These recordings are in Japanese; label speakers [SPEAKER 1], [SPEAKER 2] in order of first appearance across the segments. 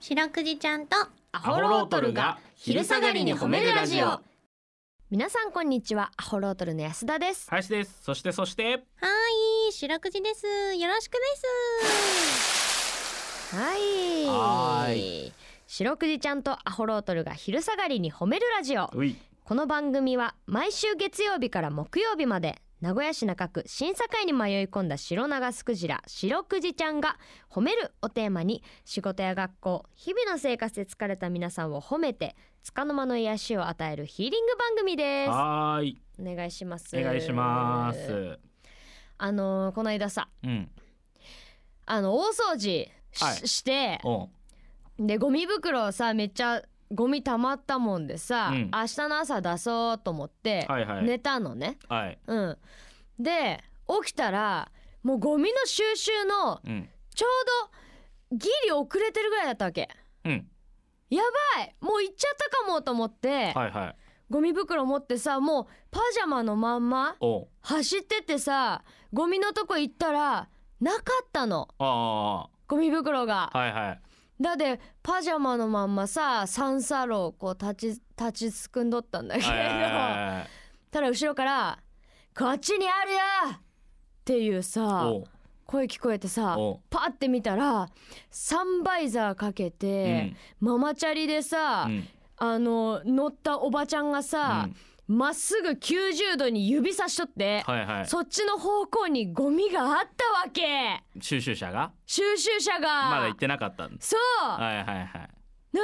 [SPEAKER 1] 白くじちゃんとア
[SPEAKER 2] ホロートルが昼下がりに褒めるラジオ
[SPEAKER 3] 皆さんこんにちはアホロートルの安田です
[SPEAKER 2] 林ですそしてそして
[SPEAKER 1] はい白くじですよろしくです
[SPEAKER 3] はい
[SPEAKER 2] はー
[SPEAKER 3] 白くじちゃんとアホロートルが昼下がりに褒めるラジオ
[SPEAKER 2] うい
[SPEAKER 3] この番組は毎週月曜日から木曜日まで名古屋市中区審査会に迷い込んだ白長スクジラ白くじちゃんが褒めるをテーマに仕事や学校日々の生活で疲れた皆さんを褒めて束の間の癒しを与えるヒーリング番組です
[SPEAKER 2] はーい
[SPEAKER 3] お願いします
[SPEAKER 2] お願いします
[SPEAKER 3] あのーこの間さ
[SPEAKER 2] うん
[SPEAKER 3] あの大掃除し,、
[SPEAKER 2] はい
[SPEAKER 3] て
[SPEAKER 2] おう
[SPEAKER 3] でゴミ袋をさめっちゃゴミ溜まったもんでさ、
[SPEAKER 2] うん
[SPEAKER 3] 明日の朝出そうと思って、
[SPEAKER 2] はいはい
[SPEAKER 3] 寝たのね
[SPEAKER 2] はい
[SPEAKER 3] うんで起きたらもうゴミの収集の
[SPEAKER 2] うん
[SPEAKER 3] ちょうどギリ遅れてるぐらいだったわけ
[SPEAKER 2] うん
[SPEAKER 3] はいもう行っちゃったかもと思って、
[SPEAKER 2] はいはい
[SPEAKER 3] ゴミ袋持ってさもうパジャマのまんま
[SPEAKER 2] おう
[SPEAKER 3] 走ってってさゴミのとこ行ったらなかったの
[SPEAKER 2] あ
[SPEAKER 3] ゴミ袋が
[SPEAKER 2] あはいはい
[SPEAKER 3] だってパジャマのまんまさ三叉路をこう立ち立ちすくんどったんだけど
[SPEAKER 2] はいはい
[SPEAKER 3] た
[SPEAKER 2] はいはい
[SPEAKER 3] だ後ろから「こっちにあるよ!」っていうさ
[SPEAKER 2] おう
[SPEAKER 3] 声聞こえてさ
[SPEAKER 2] おう
[SPEAKER 3] パッて見たらサンバイザーかけて、ママチャリでさ、
[SPEAKER 2] うんうん
[SPEAKER 3] あの乗ったおばちゃんがさ
[SPEAKER 2] うん
[SPEAKER 3] ま、っすぐ90度に指さしとって、
[SPEAKER 2] はいは
[SPEAKER 3] そっちの方向にゴミがあったわけ
[SPEAKER 2] い収集車が
[SPEAKER 3] 収集車が、
[SPEAKER 2] まだ行ってなかったんです
[SPEAKER 3] そう、
[SPEAKER 2] はいはいはい
[SPEAKER 3] な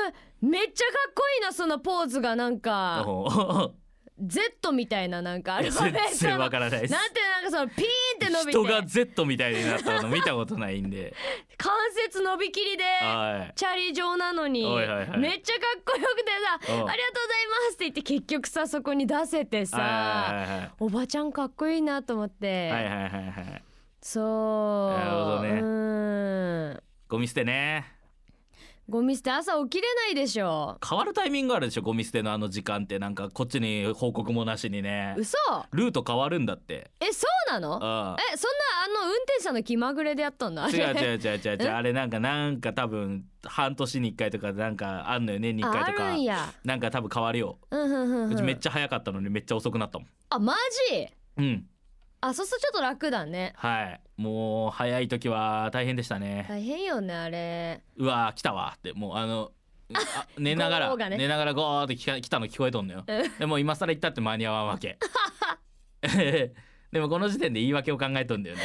[SPEAKER 3] めっちゃかっこいいなそのポーズがなんか
[SPEAKER 2] おう
[SPEAKER 3] Z みたいななんかアルファベットの
[SPEAKER 2] 全然わからないです
[SPEAKER 3] なんてなんかそのピーンって伸びて
[SPEAKER 2] 人が Z みたいになったの見たことないん で
[SPEAKER 3] 関節伸びきりで
[SPEAKER 2] はい
[SPEAKER 3] チャリ状なのに
[SPEAKER 2] おいはいはい
[SPEAKER 3] めっちゃかっこよくてさ「あ
[SPEAKER 2] お
[SPEAKER 3] りがとう
[SPEAKER 2] う
[SPEAKER 3] ございます」って言って結局さそこに出せてさ
[SPEAKER 2] はいはいはい
[SPEAKER 3] おばちゃんかっこいいなと思って、
[SPEAKER 2] はいはいはいはい
[SPEAKER 3] そう
[SPEAKER 2] なるほどね
[SPEAKER 3] うん
[SPEAKER 2] ゴミ捨てね
[SPEAKER 3] ゴミ捨て朝起きれないでしょ
[SPEAKER 2] 変わるタイミングあるでしょゴミ捨てのあの時間ってなんかこっちに報告もなしにね
[SPEAKER 3] 嘘
[SPEAKER 2] ルート変わるんだって
[SPEAKER 3] えそうなの
[SPEAKER 2] あ
[SPEAKER 3] えそんなあの運転手さんの気まぐれでやったんだ
[SPEAKER 2] あ違う 違う違う違う違
[SPEAKER 3] え
[SPEAKER 2] うあれなんかなんか多分半年に1回とかなんかあんのよね2
[SPEAKER 3] あ
[SPEAKER 2] 回
[SPEAKER 3] あ
[SPEAKER 2] とか
[SPEAKER 3] るんや
[SPEAKER 2] なんか多分変わるよ
[SPEAKER 3] うんうんうん
[SPEAKER 2] う
[SPEAKER 3] う
[SPEAKER 2] ち
[SPEAKER 3] ん
[SPEAKER 2] めっちゃ早かったのにめっちゃ遅くなったもん
[SPEAKER 3] あマジ
[SPEAKER 2] うん
[SPEAKER 3] あそうするとちょっと楽だね
[SPEAKER 2] はいもう早い時は大変でしたね
[SPEAKER 3] 大変よねあれ
[SPEAKER 2] うわー来たわってもうあのあ寝なが
[SPEAKER 3] ゴ
[SPEAKER 2] ら、
[SPEAKER 3] ーがね
[SPEAKER 2] 寝ながらゴーって来た来たの聞こえとんのよ
[SPEAKER 3] うん
[SPEAKER 2] でも今更行ったって間に合わんわ けでもこの時点で言い訳を考えとんだよね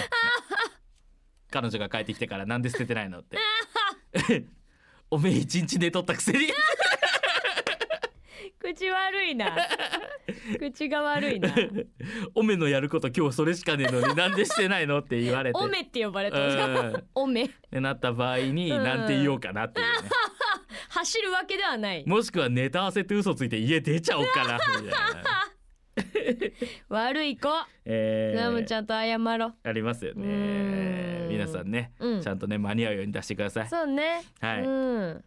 [SPEAKER 2] 彼女が帰ってきてからなんで捨ててないのって おめえ一日寝とったくせ に
[SPEAKER 3] 口悪 いな 口が悪いな
[SPEAKER 2] おめえのやること今日それしかねえのになんでしてないのって言われて
[SPEAKER 3] おめって呼ばれ
[SPEAKER 2] う
[SPEAKER 3] た
[SPEAKER 2] んっ
[SPEAKER 3] おめ
[SPEAKER 2] てなった場合に
[SPEAKER 3] うん
[SPEAKER 2] なんて言おうかなって いうね
[SPEAKER 3] 走るわけではない
[SPEAKER 2] もしくはネタ合わせって嘘ついて家出ちゃおうかなみ たいな、
[SPEAKER 3] 悪い子
[SPEAKER 2] え
[SPEAKER 3] ラムちゃんと謝ろう
[SPEAKER 2] ありますよ
[SPEAKER 3] う
[SPEAKER 2] ね
[SPEAKER 3] ーん
[SPEAKER 2] 皆さんね、
[SPEAKER 3] うん
[SPEAKER 2] ちゃんとね間に合うように出してください
[SPEAKER 3] そうね
[SPEAKER 2] はい
[SPEAKER 3] うん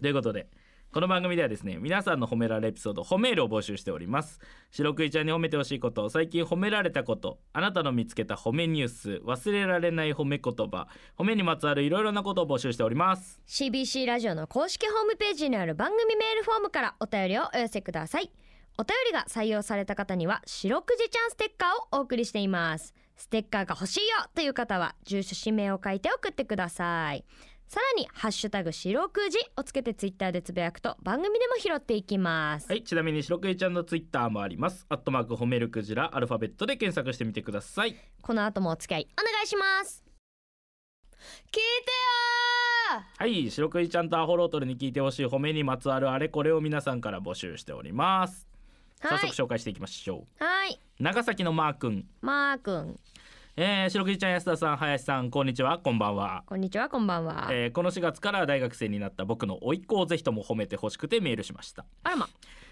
[SPEAKER 2] ということでこの番組ではですね皆さんの褒められエピソード褒めールを募集しております白クイちゃんに褒めてほしいこと最近褒められたことあなたの見つけた褒めニュース忘れられない褒め言葉褒めにまつわるいろいろなことを募集しております
[SPEAKER 3] CBC ラジオの公式ホームページにある番組メールフォームからお便りをお寄せくださいお便りが採用された方には「白くじちゃんステッカー」をお送りしていますステッカーが欲しいよという方は住所氏名を書いて送ってくださいさらに「ハッシュタグ白くじ」をつけてツイッターでつぶやくと番組でも拾っていきます、
[SPEAKER 2] はいちなみに白クイちゃんのツイッターもありますアットマーク褒めるクジラアルファベットで検索してみてください
[SPEAKER 3] この後もお付き合いお願いします聞いてよ
[SPEAKER 2] はい白クイちゃんとアホロートルに聞いてほしい褒めにまつわるあれこれを皆さんから募集しております
[SPEAKER 3] ー
[SPEAKER 2] 早速紹介していきましょう、
[SPEAKER 3] はいはい
[SPEAKER 2] 長崎のマー君
[SPEAKER 3] マー君
[SPEAKER 2] えー、白くじちゃん安田さん林さんこんにちはこんばんは、
[SPEAKER 3] こんにちはこんばんは、
[SPEAKER 2] えーこの4月から大学生になった僕の甥っ子をぜひとも褒めてほしくてメールしました、
[SPEAKER 3] あらま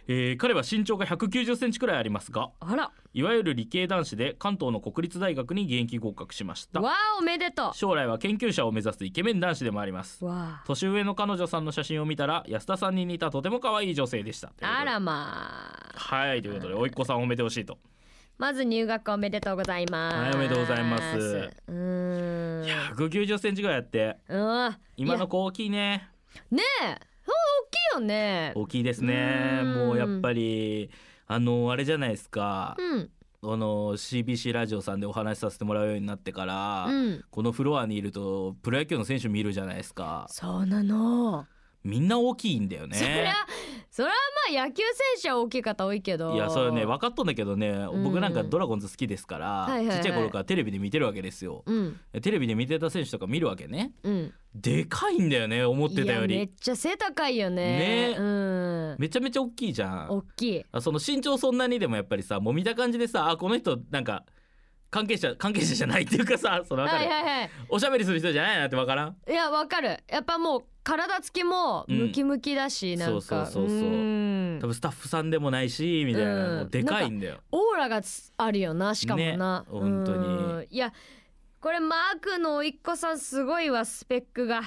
[SPEAKER 2] えー彼は身長が1 9 0センチくらいありますが
[SPEAKER 3] あら
[SPEAKER 2] いわゆる理系男子で関東の国立大学に現役合格しました
[SPEAKER 3] わあおめでと
[SPEAKER 2] 将来は研究者を目指すイケメン男子でもあります
[SPEAKER 3] うわ
[SPEAKER 2] 年上の彼女さんの写真を見たら安田さんに似たとても可愛い女性でした
[SPEAKER 3] ああらまあ
[SPEAKER 2] はいということで甥っ子さんを褒めてほしいと
[SPEAKER 3] まず入学おめでとうございます
[SPEAKER 2] はいおめでとうございます
[SPEAKER 3] うーん
[SPEAKER 2] 1 9 0センチぐらいあって
[SPEAKER 3] うわ
[SPEAKER 2] 今
[SPEAKER 3] いや
[SPEAKER 2] の子大きいね
[SPEAKER 3] ねえあ大きいよね
[SPEAKER 2] 大きいですね
[SPEAKER 3] うん
[SPEAKER 2] もうやっぱりあのあれじゃないですか、
[SPEAKER 3] うん
[SPEAKER 2] あの CBC ラジオさんでお話しさせてもらうようになってから、
[SPEAKER 3] うん
[SPEAKER 2] このフロアにいるとプロ野球の選手見るじゃないですか
[SPEAKER 3] そうなの、
[SPEAKER 2] みんな大きいんだよ
[SPEAKER 3] そりゃ
[SPEAKER 2] ね
[SPEAKER 3] そりゃまあ野球選手は大きい方多いけど
[SPEAKER 2] いやそれね分かっとんだけどね、
[SPEAKER 3] ん
[SPEAKER 2] 僕なんかドラゴンズ好きですから、
[SPEAKER 3] はいはいはい
[SPEAKER 2] ちっちゃい頃からテレビで見てるわけですよ
[SPEAKER 3] うん
[SPEAKER 2] テレビで見てた選手とか見るわけね
[SPEAKER 3] うん
[SPEAKER 2] でかいんだよね思ってたよ
[SPEAKER 3] いやめ
[SPEAKER 2] り
[SPEAKER 3] っちゃ背高いよね
[SPEAKER 2] ね
[SPEAKER 3] うん
[SPEAKER 2] めちゃめちゃ大きいじゃん
[SPEAKER 3] 大きい
[SPEAKER 2] あその身長そんなにでもやっぱりさもう見た感じでさあこの人なんか関係者関係者じゃないっていうか さそのわか
[SPEAKER 3] は
[SPEAKER 2] る、
[SPEAKER 3] いはいはい
[SPEAKER 2] おしゃべりする人じゃないなってわからん
[SPEAKER 3] いやわかるやっぱもう体つきもムキムキだし、
[SPEAKER 2] うん
[SPEAKER 3] なんか
[SPEAKER 2] そうそうそうそうん多分スタッフさんでもないしみたいな、
[SPEAKER 3] うん
[SPEAKER 2] もうでかいんだよ
[SPEAKER 3] オーラがつあるよなしかもな、
[SPEAKER 2] ね本当に
[SPEAKER 3] うんいやこれマークのおいっ子さんすごいわスペックが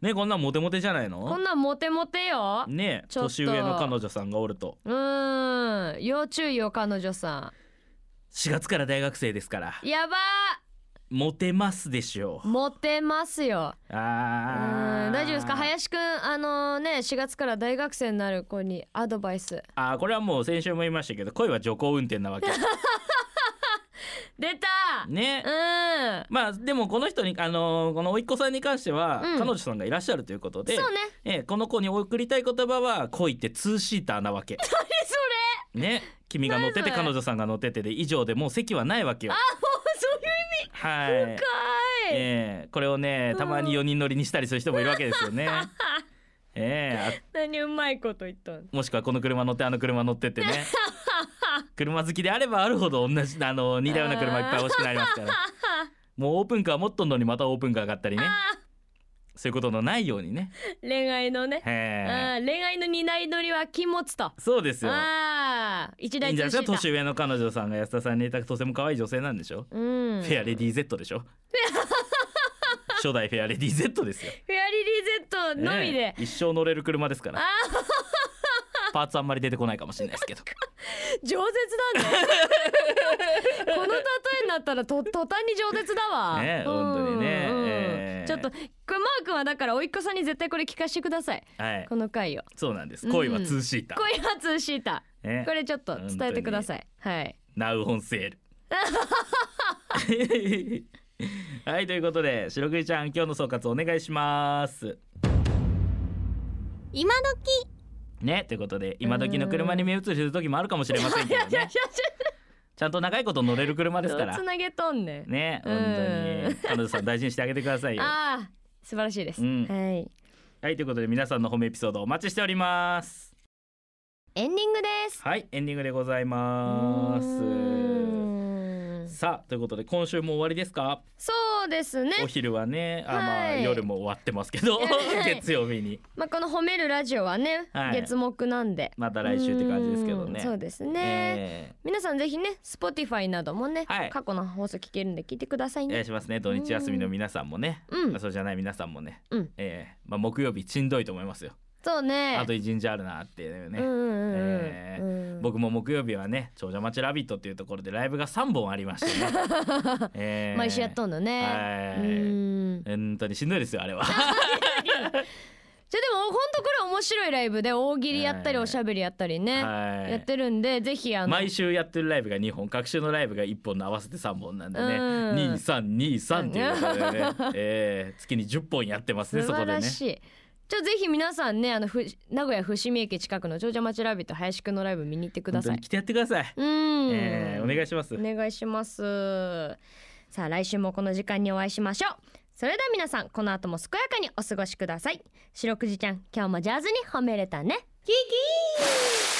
[SPEAKER 2] ねこんなんモテモテじゃない
[SPEAKER 3] こ
[SPEAKER 2] の
[SPEAKER 3] んなんモテモテよ
[SPEAKER 2] ね
[SPEAKER 3] ちょっと
[SPEAKER 2] 年上の彼女さんがおると
[SPEAKER 3] うん要注意よ彼女さ
[SPEAKER 2] 4月から大学生ですから
[SPEAKER 3] んやば
[SPEAKER 2] モテますでしょ
[SPEAKER 3] ーモテますよ
[SPEAKER 2] う
[SPEAKER 3] う
[SPEAKER 2] あ
[SPEAKER 3] ん
[SPEAKER 2] ー
[SPEAKER 3] 大丈夫ですか林くんあのね4月から大学生になる子にアドバイス
[SPEAKER 2] あーこれはもう先週も言いましたけど恋は徐行運転なわけ
[SPEAKER 3] 出た
[SPEAKER 2] ね、
[SPEAKER 3] うん
[SPEAKER 2] まあでもこの人にあのーこの甥っ子さんに関しては、
[SPEAKER 3] うん
[SPEAKER 2] 彼女さんがいらっしゃるということで
[SPEAKER 3] そうね
[SPEAKER 2] ええこの子に送りたい言葉は恋ってツーシーターなわ け
[SPEAKER 3] えそれ
[SPEAKER 2] ね君が乗ってて
[SPEAKER 3] 何それ
[SPEAKER 2] 彼女さんが乗っててで以上でもう席はないわけよ
[SPEAKER 3] そういう
[SPEAKER 2] はい
[SPEAKER 3] かい、
[SPEAKER 2] ええこれをねたまに4人乗りにしたりする人もいるわけですよ ねええ
[SPEAKER 3] 何うまいこと言ったの
[SPEAKER 2] あもしくはこの車乗ってあの車乗ってって ね車好きであればあるほど同じあの似たような車いっぱい欲しくなります からもうオープンカー持っとんのにまたオープンカー上がったりねそういうことのないようにね
[SPEAKER 3] 恋愛のね、
[SPEAKER 2] ええ
[SPEAKER 3] うん恋愛の担い乗りは禁物と
[SPEAKER 2] そうですよ
[SPEAKER 3] ああ一
[SPEAKER 2] いい
[SPEAKER 3] 大
[SPEAKER 2] んじゃない
[SPEAKER 3] 通
[SPEAKER 2] です
[SPEAKER 3] 信
[SPEAKER 2] か
[SPEAKER 3] だ
[SPEAKER 2] 年上の彼女さんが安田さんにいたとても可愛い女性なんでしょ、
[SPEAKER 3] うん
[SPEAKER 2] フェアレディ Z でしょ初代フェアレディ Z ですよ
[SPEAKER 3] フェアリリー Z のみで、
[SPEAKER 2] ええ一生乗れる車ですからパーツあんまり出てこないかもしれないですけど
[SPEAKER 3] 饒舌 だねこの例えになったらと途端に饒舌だわ
[SPEAKER 2] ねえ本当にね
[SPEAKER 3] うんうん
[SPEAKER 2] ええ
[SPEAKER 3] ちょっとこれマー君はだからおいっ子さんに絶対これ聞かせてください
[SPEAKER 2] はい
[SPEAKER 3] この回を
[SPEAKER 2] そうなんです
[SPEAKER 3] うん
[SPEAKER 2] 恋はツーシーター、
[SPEAKER 3] 恋は通シータ
[SPEAKER 2] ね
[SPEAKER 3] これちょっと伝えてくださいはい
[SPEAKER 2] ナウホンセールはいということで白くじちゃん今日の総括お願いします
[SPEAKER 1] 今時
[SPEAKER 2] ねということで今時の車に目移りする時もあるかもしれませんけど
[SPEAKER 3] いやいや
[SPEAKER 2] ねちゃんと長いこと乗れる車ですか
[SPEAKER 3] どう
[SPEAKER 2] ら
[SPEAKER 3] つなげとんねん
[SPEAKER 2] ね
[SPEAKER 3] うん
[SPEAKER 2] 本当に彼女さん大事にしてあげてくださいよ
[SPEAKER 3] ああ素晴らしいです、
[SPEAKER 2] うん
[SPEAKER 3] はい
[SPEAKER 2] はいということで皆さんの褒めエピソードお待ちしております
[SPEAKER 3] エンディングです
[SPEAKER 2] はいエンディングでございま
[SPEAKER 3] うーん
[SPEAKER 2] すさあということで今週も終わりですか
[SPEAKER 3] そうですね
[SPEAKER 2] お昼はねあ、まあ
[SPEAKER 3] はい
[SPEAKER 2] 夜も終わってますけど 月曜日に
[SPEAKER 3] まあこの褒めるラジオはね、
[SPEAKER 2] はい
[SPEAKER 3] 月目なんで
[SPEAKER 2] また来週って感じですけどね
[SPEAKER 3] うんそうですね、
[SPEAKER 2] え
[SPEAKER 3] 皆さんぜひね Spotify などもね、
[SPEAKER 2] はい
[SPEAKER 3] 過去の放送聞けるんで聞いてください
[SPEAKER 2] ーお願い
[SPEAKER 3] ね
[SPEAKER 2] しますね土日休みの皆さんもね、
[SPEAKER 3] うん
[SPEAKER 2] まあそうじゃない皆さんもね、
[SPEAKER 3] うん
[SPEAKER 2] えーまあ、木曜日ちんどいと思いますよ、
[SPEAKER 3] そうね
[SPEAKER 2] あと一日あるなっていうね、
[SPEAKER 3] うんうんうんうん
[SPEAKER 2] えー
[SPEAKER 3] うん
[SPEAKER 2] 僕も木曜日はね長者町ラビットっていうところでライブが3本ありま してね、えー
[SPEAKER 3] 毎週やっとんのね、
[SPEAKER 2] はい
[SPEAKER 3] うん
[SPEAKER 2] 本当にしんどいですよあれは
[SPEAKER 3] じゃあでもほんとこれ面白いライブで大喜利やったり
[SPEAKER 2] はい
[SPEAKER 3] おしゃべりやったりね、
[SPEAKER 2] はい
[SPEAKER 3] やってるんでぜひあの
[SPEAKER 2] 毎週やってるライブが2本各週のライブが1本の合わせて3本なんでね
[SPEAKER 3] うん
[SPEAKER 2] 2323っていうこと でね、えー月に10本やってますね
[SPEAKER 3] 素
[SPEAKER 2] そこ
[SPEAKER 3] 晴
[SPEAKER 2] でね
[SPEAKER 3] らしい。じゃあぜひ皆さんねあのふ名古屋伏見駅近くの長者町ラビット林くんのライブ見に行ってくだ
[SPEAKER 2] 本当
[SPEAKER 3] さい
[SPEAKER 2] に。来てやってください、
[SPEAKER 3] うーん、
[SPEAKER 2] えーお願いします
[SPEAKER 3] お願いします。さあ来週もこの時間にお会いしましょう。それでは皆さんこの後も健やかにお過ごしください。白くじちゃん今日もジャズに褒めれたね。キキー